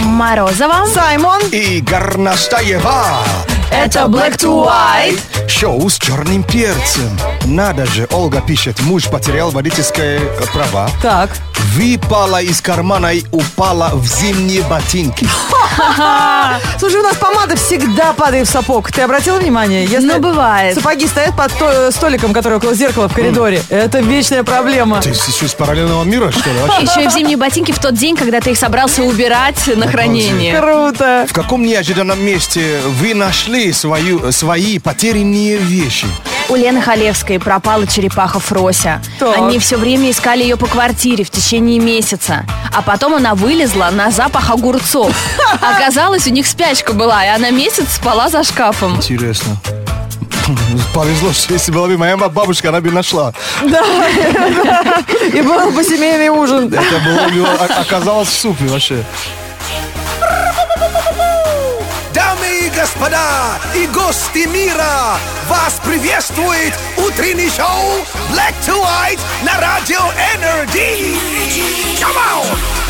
Морозова. Саймон. и Горнастаева. Это Black to White. Шоу с черным перцем. Надо же, Олга пишет, муж потерял водительские э, права, Так. выпала из кармана и упала в зимние ботинки. Слушай, у нас помада всегда падает в сапог. Ты обратила внимание? Если Ну, бывает. Сапоги стоят под то- э, столиком, который около зеркала в коридоре. Это вечная проблема. Ты с- еще из параллельного мира, что ли? вообще? Еще и в зимние ботинки в тот день, когда ты их собрался убирать на хранение. Круто. В каком неожиданном месте вы нашли свою, э, свои потерянные вещи? У Лены Халевской пропала черепаха Фрося. Так. Они все время искали ее по квартире в течение месяца. А потом она вылезла на запах огурцов. Оказалось, у них спячка была, и она месяц спала за шкафом. Интересно. Повезло, что если была бы моя бабушка, она бы нашла. И был бы семейный ужин. Это было, у него о- оказалось в супе вообще. Дамы и господа, и гости мира, вас приветствует утренний шоу Black to White на радио Energy. Come on!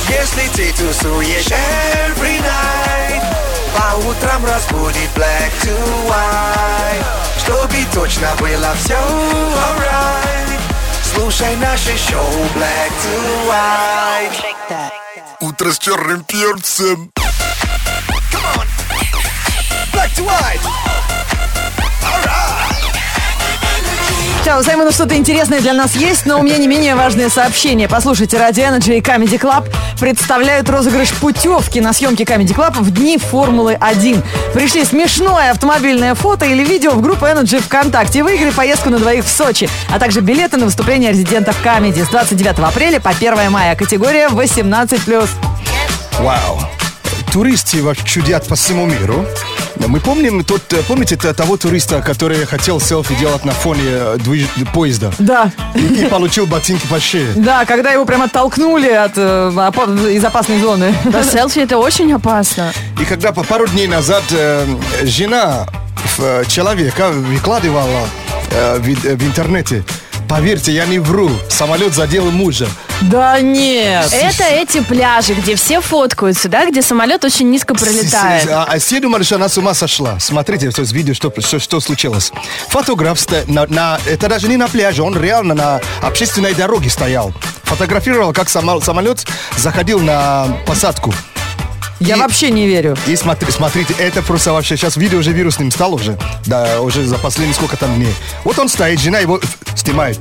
Если ты тусуешь every night По утрам разбудит black to white Чтобы точно было все alright Слушай наше шоу black to white Утро с черным перцем. Come on. Black to White. Сейчас, у Саймона ну что-то интересное для нас есть, но у меня не менее важное сообщение. Послушайте, Ради Energy и Comedy Club представляют розыгрыш путевки на съемки Comedy Club в дни Формулы-1. Пришли смешное автомобильное фото или видео в группу Energy ВКонтакте. и Выиграй поездку на двоих в Сочи, а также билеты на выступление резидентов Comedy с 29 апреля по 1 мая. Категория 18+. Вау. Туристы вообще чудят по всему миру. Мы помним тот, э, помните т- того туриста, который хотел селфи делать на фоне э, движ- поезда Да, и, и получил ботинки по шее. да, когда его прям оттолкнули от, э, опа- из опасной зоны. Да, селфи это очень опасно. И когда по пару дней назад э, жена э, человека выкладывала э, в, э, в интернете, поверьте, я не вру, самолет задел мужа. Да нет. Это эти пляжи, где все фоткаются, да, где самолет очень низко С- с- пролетает. А, а все думали, что она с ума сошла. Смотрите, то есть видео, что, что, что случилось. Фотограф, ста- на, на- это даже не на пляже, он реально на общественной дороге стоял. Фотографировал, как само- самолет заходил на посадку. Я И- вообще не верю. И смотри, смотрите, это просто вообще сейчас видео уже вирусным стало уже. Да, уже за последние сколько там дней. Вот он стоит, жена его э, снимает.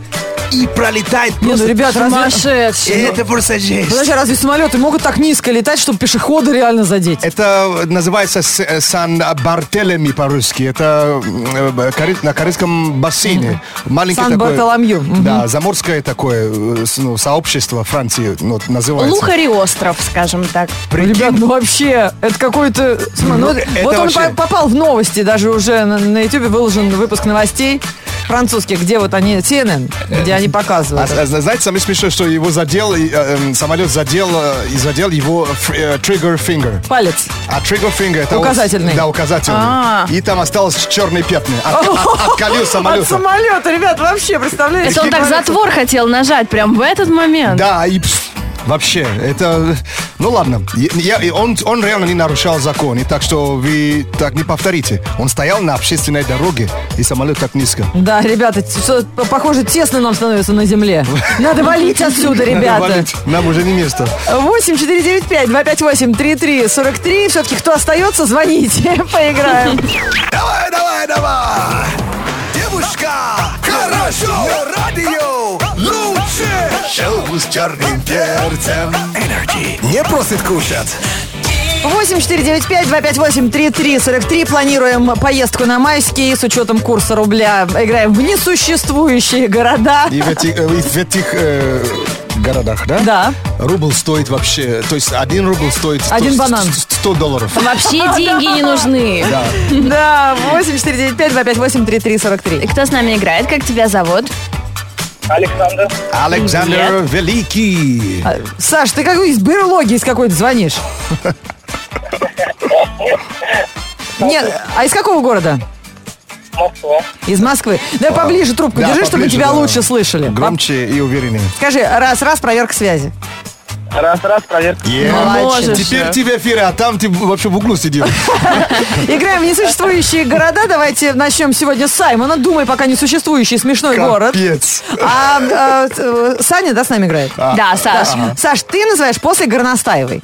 И пролетает Не, ну, просто. ребят, разве... Сумасшедший. Это просто жесть. Подожди, а разве самолеты могут так низко летать, чтобы пешехода реально задеть? Это называется э, Сан-Бартелеми по-русски. Это м, э, коре- на корейском бассейне. Маленький такой- Сан-Бартоломью. Мгм. Да, заморское такое э, с- ну, сообщество Франции ну, вот называется. Лухари остров, скажем так. Прикинь, Ребят, ну вообще, это какой-то... Смотри, ну, Ну, это вот он вообще- по- попал в новости, даже уже на- на Ютубе выложен выпуск новостей французских, где вот они, CNN, где они А, показывают. а, знаете, самое смешное, что его задел, и, э, эм, самолет задел э, и задел его ф- э, trigger finger. Палец. А trigger finger это... вот- Указательный. да, указательный. А. И там осталось черные пятна. От, от- от колес От самолета. самолета, ребят, вообще, представляете? Это он так затвор хотел нажать прям в этот момент. Да, и пс, вообще, это... Ну ладно, я- я- он, он реально не нарушал закон, и так что вы так не повторите. Он стоял на общественной дороге, и самолет так низко. Да, ребята, т- что, п- похоже, тесно нам становится на земле. Надо валить отсюда, Надо ребята. валить, нам уже не место. 8 495 258 3343. Все-таки кто остается, звоните, поиграем. Давай, давай, давай Девушка, хорошо На радио лучше Шоу с черным перцем Energy Не просит кушать 8495-258-3343. Планируем поездку на майские с учетом курса рубля. Играем в несуществующие города. И в этих, э, и в этих, э, городах, да? Да. Рубль стоит вообще, то есть один рубль стоит... сто- Один банан. сто- сто долларов. Вообще деньги не нужны. Да. Да, 8495-258-3343. И кто с нами играет? Как тебя зовут? Александр, Александр Великий. А, Саш, ты какой из берлоги из какой-то звонишь? Нет, а из какого города? Москва. Из Москвы. Да поближе трубку Да, держи, чтобы поближе, тебя да. лучше слышали. Громче и увереннее. Скажи, раз-раз, проверка связи. Раз-раз, проверка. Можешь. Теперь ты в эфире, а там ты вообще в углу сидишь. Играем в несуществующие города. Давайте начнем сегодня с Саймона. Думай, пока несуществующий смешной город. Капец. А, а, э, Саня, А, да, с нами играет? Да, Саш. Саш, ты называешь после Горностаевой.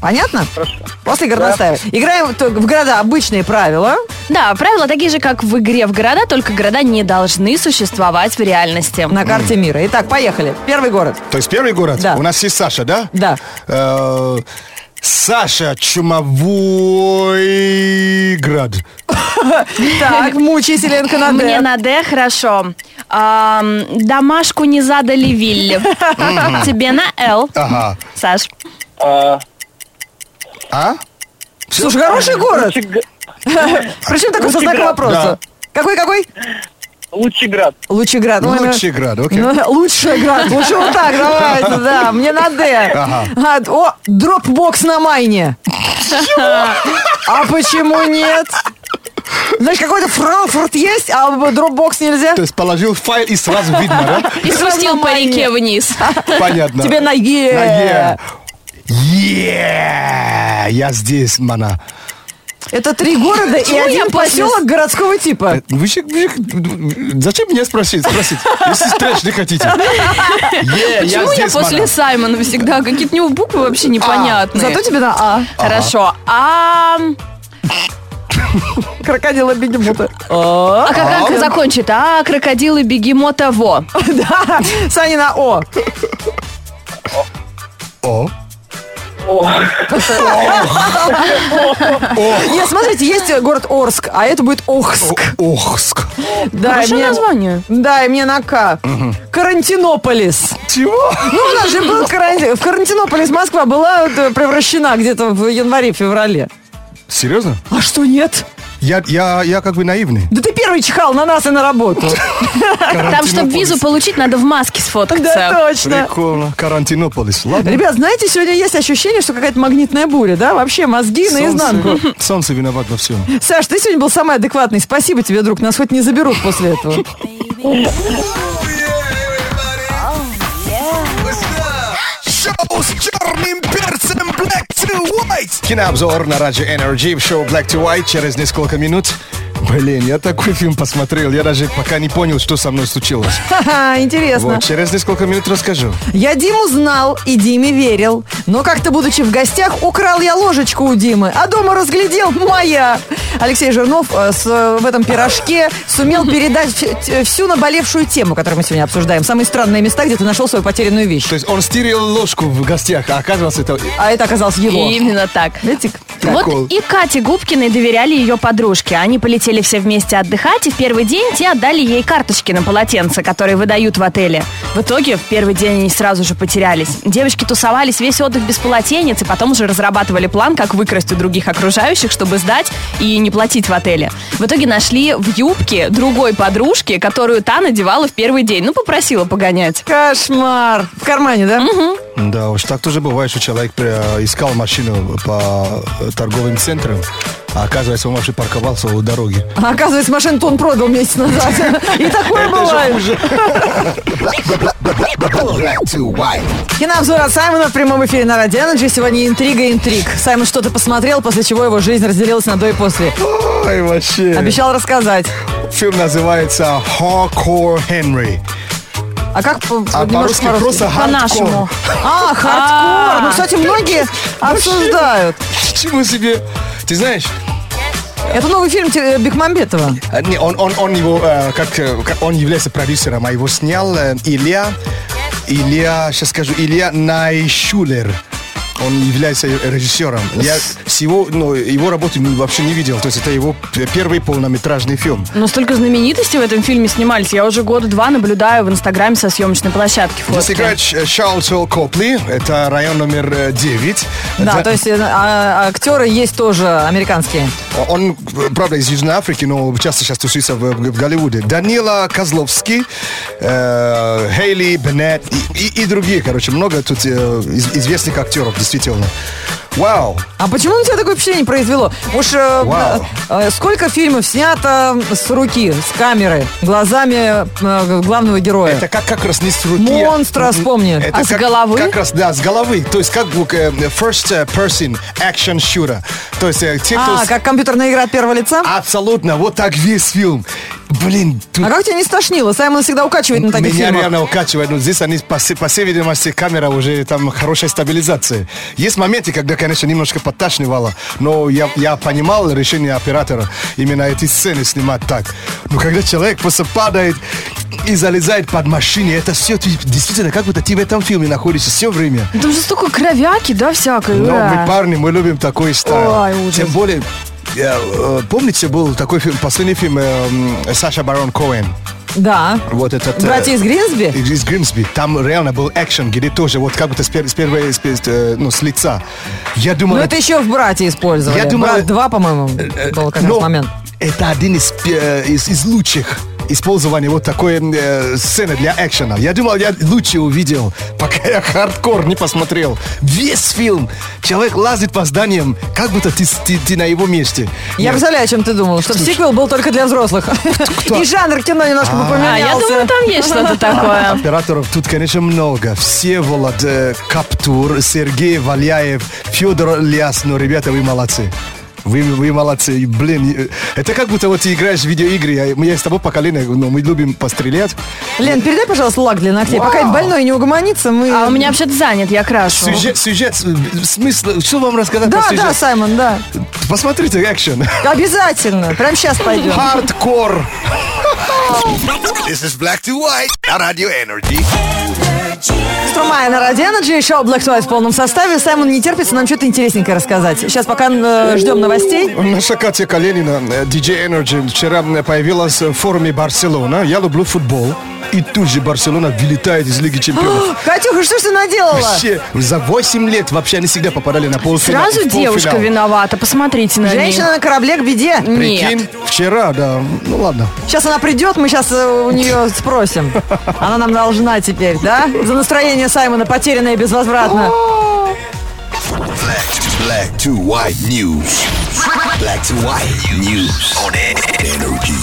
Понятно? Хорошо. После Горностаевой. Играем то- в города обычные правила. Да, правила такие же, как в игре в города, только города не должны существовать в реальности. на карте мира. Итак, поехали. Первый город. То есть первый город? Да. У нас есть Саша, да? Да. Э, Саша Чумовой Град. Так, мучись, Еленка, на «Д». Мне на «Д» хорошо. Ам, домашку не задали Вилли. Тебе на «Л», Ага. Саш. А, А? Слушай, хороший город. Лучи Г- Причем такой со знаком Лучеград. вопроса. Какой-какой? Лучеград. Лучеград. Ой, Лучший град, окей. Ну, лучше играть, лучше вот так, давайте, да, мне на Д. Ага. А, О, дропбокс на майне. А почему нет? Знаешь, какой-то Франкфурт есть, а в дропбокс нельзя? То есть положил файл и сразу видно, да? И спустил по Майне. реке вниз. Понятно. Тебе на Е. На Е. Е. Я здесь, мана. Это три города и Почему я один после- поселок городского типа. Вы же- вы же- зачем меня спросить, спросить, если трэш не хотите? Е, Почему я здесь, после мана. Саймона всегда? Какие-то у него буквы вообще непонятные. Зато тебе на А. Хорошо. А Крокодила бегемота. а как как закончит? А, крокодилы бегемота во. Да, Саня на О. О. О, Нет, смотрите, есть город Орск, а это будет Охск. Охск. Да, и Хорошее мне- название. Да, и мне на К. Карантинополис. Чего? Ну, у нас же был карантин. В Карантинополис Москва была э, превращена где-то в январе-феврале. Серьезно? А что нет? Я, я, я как бы наивный. Да ты первый чихал на нас и на работу. Там, чтобы визу получить, надо в маске сфоткаться. Да, точно. Прикольно. Карантинополис. Ладно. Ребят, знаете, сегодня есть ощущение, что какая-то магнитная буря, да? Вообще мозги Ну, наизнанку. Солнце, солнце виноват во всем. Саш, ты сегодня был самый адекватный. Спасибо тебе, друг. Нас хоть не заберут после этого. Шоу с черным перцем Black to White. Кинообзор на Раджи Energy в шоу Black to White через несколько минут. Блин, я такой фильм посмотрел, я даже пока не понял, что со мной случилось. Ха-ха, интересно. Вот, через несколько минут расскажу. Я Диму знал и Диме верил. Но как-то, будучи в гостях, украл я ложечку у Димы, а дома разглядел моя. Алексей Жирнов э, с, э, в этом пирожке сумел передать вс- т- всю наболевшую тему, которую мы сегодня обсуждаем. Самые странные места, где ты нашел свою потерянную вещь. То есть он стерил ложку в гостях, а оказывается это... А это оказалось его. Именно так. Видите, как? Прикол. Вот и Кате Губкиной доверяли ее подружке. Они полетели все вместе отдыхать, и в первый день те отдали ей карточки на полотенце, которые выдают в отеле. В итоге в первый день они сразу же потерялись. Девочки тусовались весь отдых без полотенец, и потом уже разрабатывали план, как выкрасть у других окружающих, чтобы сдать и не платить в отеле. В итоге нашли в юбке другой подружки, которую та надевала в первый день. Ну, попросила погонять. Кошмар. В кармане, да? Да уж, так тоже бывает, что человек э, искал машину по э, торговым центрам, а оказывается он вообще парковался у дороги. А Оказывается, машину-то он продал месяц назад. И такое бывает. Black to White. Кинообзор от Саймона в прямом эфире на Радио Energy. Сегодня интрига и интриг. Саймон что-то посмотрел, после чего его жизнь разделилась на до и после. Ой, вообще. А Обещал рассказать. Фильм называется «Hardcore Henry». А как по- А немножко по-русски просто по-русски? По-нашему. «Hardcore». А, хардкор. Ну, кстати, многие обсуждают. Чему себе? Ты знаешь, Это новый фильм э, Бекмамбетова. э, не, он, он, он его, э, как, э, как- он является продюсером, а его снял э, Илья, Илья, сейчас скажу, Илья Найшулер. Он является режиссером. Я всего, ну, его работу ну, вообще не видел. То есть это его п- первый полнометражный фильм. Но Ну, столько знаменитостей в этом фильме снимались. Я уже года два наблюдаю в Инстаграме со съемочной площадки фотки. Здесь играет Ш- Шарлотт Копли, это район номер э, 9. Да, то есть э, а- актеры есть тоже американские. А Он, правда, из Южной Африки, но часто сейчас тусуется в, в Голливуде. Данила Козловский, э, Хейли Беннет и, и- и другие, короче, много тут э, из- известных актеров действительно. Вау! А почему на тебя такое впечатление произвело? Уж э, Вау. э, э, сколько фильмов снято с руки, с камеры, глазами э, главного героя? Это как, как раз не с руки. Монстра вспомни. А с как- головы? Как раз, да, с головы. То есть как бы, э, first person action shooter. То есть э, те, кто... а, с- как компьютерная игра от первого лица? А, Абсолютно, вот так весь фильм. Блин, тут как тебя не стошнило? Саймон всегда укачивает Ну, на таких Меня фильмах. реально укачивает, но здесь они, по, всей- по всей видимости, камера уже там хорошая стабилизация. Есть моменты, когда, конечно, немножко подташнивало, но я, я понимал решение оператора именно эти сцены снимать так. Но когда человек просто падает и залезает под машине, это все действительно как будто ты в этом фильме находишься все время. Ну, Там же столько кровяки, да, всякой. Но ура. Ну, мы, парни, мы любим такой стайл. Ой, ужас. Тем более, я, э, помните, был такой фильм, последний фильм э, м, Саша Барон Коэн. Да. Вот этот... э, Братья из Гринсби? из, из Гримсби. Там реально был экшен, где тоже вот как будто с, пер- с первой, с пер- э, ну, с лица. Я думал... Ну, это еще в «Брате» использовали. Я думаю- «Брат 2», по-моему, э, был как раз но момент. Это один из, пе- из, из лучших использований вот такой э, сцены для экшена. Я думал, я лучше увидел, пока я хардкор не посмотрел. Весь фильм. Человек лазит по зданиям, как будто ты, с- ты- ты на его месте. Я Нет. представляю, о чем ты думал, что сиквел был только для взрослых. И жанр кино немножко бы А, я думаю, поменялся. там есть что-то такое. Операторов тут, конечно, много. Всеволод э, Каптур, Сергей Валяев, Федор Ляс. Ну, ребята, вы молодцы. Вы, вы молодцы. И, Блин, э, это как будто вот ты играешь в видеоигры. Я, мы- я с тобой поколение, но мы любим пострелять. Лен, передай, пожалуйста, лак для ногтей. Пока это больной не угомонится, мы... А у меня вообще-то занят, я крашу. Сюжет, сюжет, э, смысл, что вам рассказать Да, про да, сюжет? Саймон, да. Посмотрите экшен. Обязательно. Прям сейчас пойдем. А- Хардкор. This is Black to White на Radio Energy. Струма на Радио Energy, шоу Black to White в полном составе. Саймон не терпится нам что-то интересненькое рассказать. Сейчас пока э, ждем новостей. Наша Катя Калинина, э, DJ Energy, вчера э, появилась в форуме Барселона. Я люблю футбол. И тут же Барселона вылетает из Лиги Чемпионов. Катюха, что ж ты наделала? Вообще, за 8 лет вообще они всегда попадали на полуфинал. Сразу в полуфинал. девушка виновата, посмотрите на Женщина на корабле к беде. ней. Нет. Прикинь, вчера, да. Ну ладно. Сейчас она придет, мы сейчас у нее спросим. Она нам должна теперь, да? За настроение Саймона потерянное безвозвратно. Black to, black to white news. Black to white news on Energy.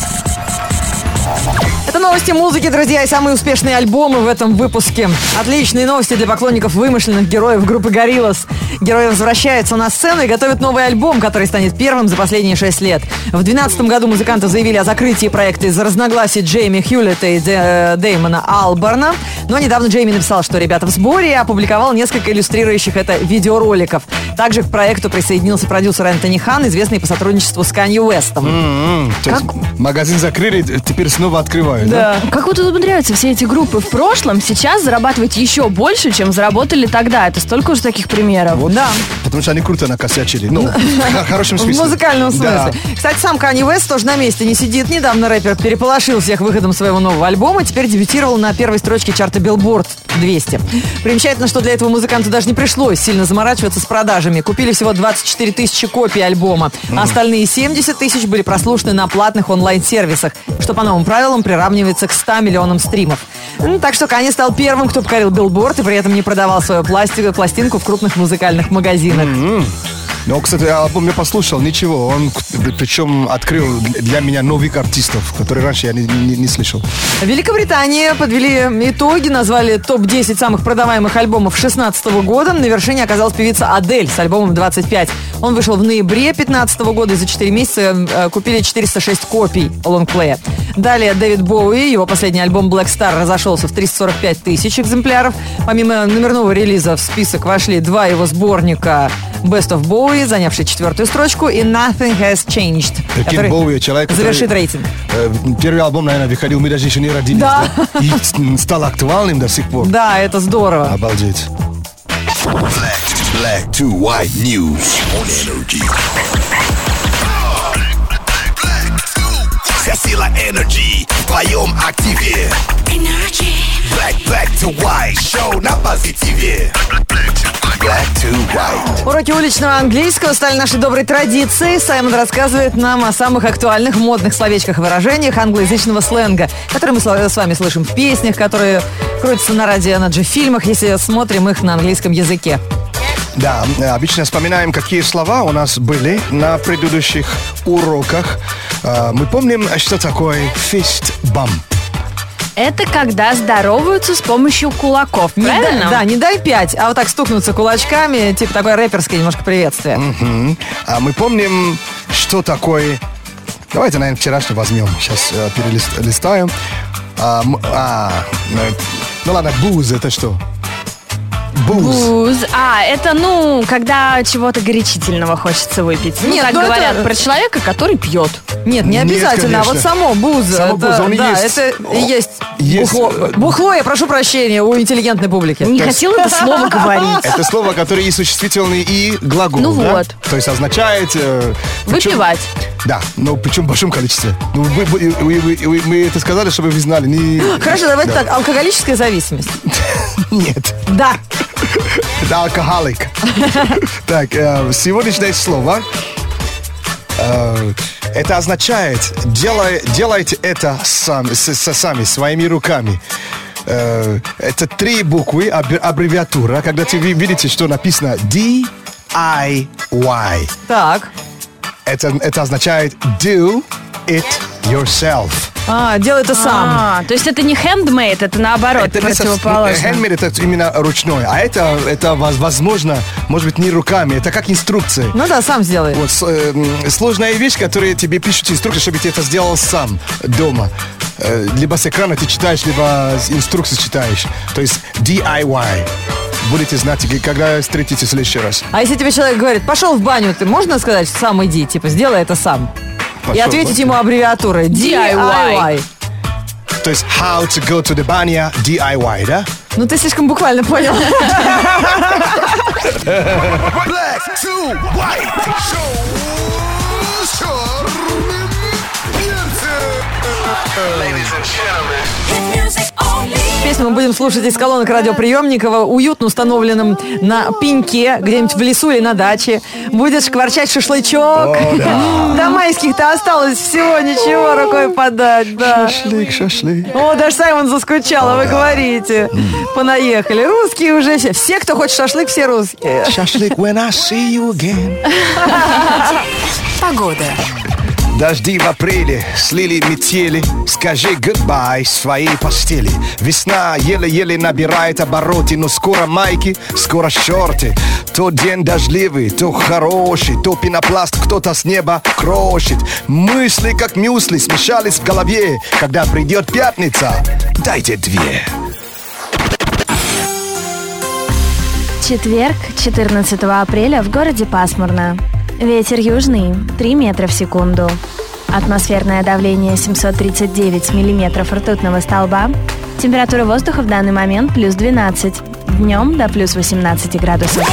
Это новости музыки, друзья, и самые успешные альбомы в этом выпуске. Отличные новости для поклонников вымышленных героев группы «Гориллас». Герои возвращаются на сцену и готовят новый альбом, который станет первым за последние шесть лет. В 2012 году музыканты заявили о закрытии проекта из-за разногласий Джейми Хьюлета и Дэ- э, Дэймона Алберна. Но недавно Джейми написал, что ребята в сборе, и опубликовал несколько иллюстрирующих это видеороликов. Также к проекту присоединился продюсер Энтони Хан, известный по сотрудничеству с Канье Уэстом. То есть магазин закрыли, э, теперь снова открывают. Да. Как вот умудряются все эти группы в прошлом сейчас зарабатывать еще больше, чем заработали тогда. Это столько уже таких примеров. Да. Потому что они круто накосячили. Ну, в хорошем смысле. В музыкальном смысле. Да. Кстати, сам Канни Уэст тоже на месте не сидит. Недавно рэпер переполошил всех выходом своего нового альбома. Теперь дебютировал на первой строчке чарта Billboard 200. Примечательно, что для этого музыканту даже не пришлось сильно заморачиваться с продажами. Купили всего 24 тысячи копий альбома. А остальные 70 тысяч были прослушаны на платных онлайн-сервисах, что по новым правилам приравнивается к 100 миллионам стримов. Ну, Так что Канни стал первым, кто покорил билборд и при этом не продавал свою пластику, пластинку в крупных музыкальных магазинах. Но, Ну, кстати, альбом я послушал, ничего. Он к- причем открыл для меня новых артистов, которые раньше я не, не- не слышал. В Великобритании подвели итоги, назвали топ-10 самых продаваемых альбомов 2016 года. На вершине оказалась певица Адель с альбомом 25. Он вышел в ноябре 2015 года, и за 4 месяца э, купили 406 копий лонгплея. Далее Дэвид Боуи, его последний альбом Black Star разошелся в 345 тысяч экземпляров. Помимо номерного релиза в список вошли два его сборника Best of Bowie, занявший четвертую строчку, и Nothing Has Changed, Прикинь, который Боуи, человек, который- завершит рейтинг. Э, Первый альбом, наверное, выходил, мы даже еще не родились. Да. И м, стал актуальным до сих пор. Да, это здорово. Обалдеть. Black to, black to white news on Energy. Black to white. Вся сила Energy в твоем активе. Black, black to white. Шоу на позитиве. Black to white. Уроки уличного английского стали нашей доброй традицией. Саймон рассказывает нам о самых актуальных модных словечках и выражениях англоязычного сленга, которые мы сла- с вами слышим в песнях, которые крутятся на радио Energy в фильмах, если смотрим их на английском языке. Да, э, обычно вспоминаем, какие слова у нас были на предыдущих уроках. Э, Мы помним, что такое fist bump. Это когда здороваются с помощью кулаков, Не дай- правильно? да, не дай пять, а вот так стукнуться кулачками, типа такое рэперское немножко приветствие. Мгм. А мы помним, что такое... Давайте, наверное, вчерашний возьмем. Сейчас перелистаем. А, м- а, э, ну ладно, буз это что? Буз. Буз. А, это, ну, когда чего-то горячительного хочется выпить. Ну, Нет, так ну, это- говорят про человека, который пьет. Нет, не Нет, обязательно, а вот конечно. само бузо. Само это- бузо, он и да, есть. это и есть, Есть, бухло. э, Бухло, я прошу прощения, у интеллигентной публики. Не хотел это слово говорить. Это слово, которое и существительный, и глагол. Ну да? вот. То есть означает... э, причем- Выпивать. Да, но причем в большом количестве. Ну, вы- вы- вы- вы- вы- мы это сказали, чтобы вы знали. Не... Хорошо, давайте так, алкоголическая зависимость. Нет. Да. Да, алкоголик. Так, э, сегодняшнее слово. э, Это означает, делай- делайте это сами, с- с- сами, своими руками. Э, Это три буквы, аббр- аббревиатура, когда ты ви- видите, что написано DIY. Так. Это, это означает do it yourself. А, делай это сам. А, то есть это не handmade, это наоборот, не со- Э, противоположно. Handmade это именно ручной, а это, это воз- возможно, может быть, не руками, это как инструкция. Ну да, сам сделай. Вот, с- э, м, сложная вещь, которую тебе пишут инструкции, чтобы ты это сделал сам дома. Э, Либо с экрана ты читаешь, либо с инструкции читаешь. То есть DIY. Будете знать, г- когда встретитесь в следующий раз. А если тебе человек говорит, пошел в баню, ты можно сказать, сам иди, типа, сделай это сам? И Пошел, ответить да. ему аббревиатурой DIY. DIY. То есть how to go to the banya DIY, да? Ну ты слишком буквально понял. Black to white. Show Charmin. Ladies and gentlemen. Песню мы будем слушать из колонок радиоприемникова, уютно установленным на пеньке, где-нибудь в лесу или на даче. Будет шкварчать шашлычок. До майских-то осталось всего ничего рукой подать, да. Шашлык, шашлык. О, даже Саймон заскучал, а вы говорите. Понаехали. Русские уже все. Все, кто хочет шашлык, все русские. Шашлык, when I see you again. Погода. Дожди в апреле, слили метели Скажи goodbye своей постели Весна еле-еле набирает обороты Но скоро майки, скоро шорты То день дождливый, то хороший То пенопласт кто-то с неба крошит Мысли как мюсли смешались в голове Когда придет пятница, дайте две Четверг, 14 апреля в городе пасмурно. Ветер южный, 3 метра в секунду. Атмосферное давление 739 миллиметров ртутного столба. Температура воздуха в данный момент плюс 12. Днем до плюс 18 градусов.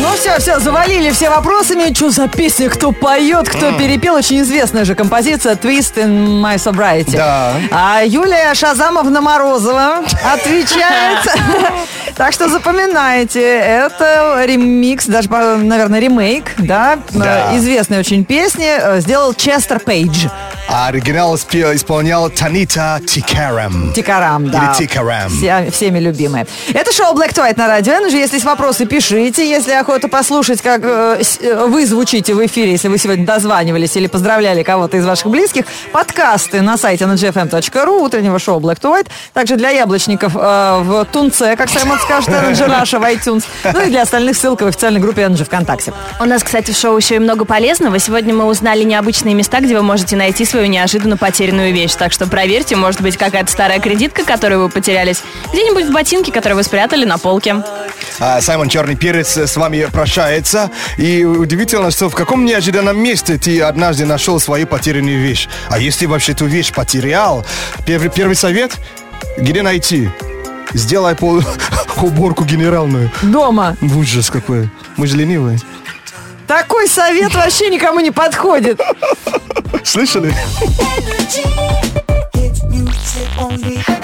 Ну все, все, завалили все вопросами. Что за песня, кто поет, кто перепел. Очень известная же композиция «Twist in my sobriety». Да. А Юлия Шазамовна Морозова отвечает. Так что запоминайте, это ремикс, даже, по- наверное, ремейк, да, Да. э, известной очень песни, э, сделал Честер Пейдж. А оригинал спел- исполнял Танита Тикарам Тикарам, да. Или Тикарам. Все- всеми любимые. Это шоу Black to White на радио Energy. Если есть вопросы, пишите. Если охота послушать, как э, с- э, вы звучите в эфире, если вы сегодня дозванивались или поздравляли кого-то из ваших близких, подкасты на сайте energyfm.ru, утреннего шоу Black to White. Также для яблочников э, в Тунце, как Саймон скажет, Energy Russia в iTunes. Ну и для остальных ссылка в официальной группе Energy ВКонтакте. У нас, кстати, в шоу еще и много полезного. Сегодня мы узнали необычные места, где вы можете найти свою неожиданно потерянную вещь. Так что проверьте, может быть, какая-то старая кредитка, которую вы потерялись, где-нибудь в ботинке, которые вы спрятали на полке. А, Саймон Черный Перец с вами прощается. И удивительно, что в каком неожиданном месте ты однажды нашел свою потерянную вещь. А если вообще эту вещь потерял, первый, первый совет, где найти? Сделай пол- уборку генеральную. Дома. Ужас какой. Мы же ленивые. Такой совет вообще никому не подходит. Слышали? Energy. Hit music only.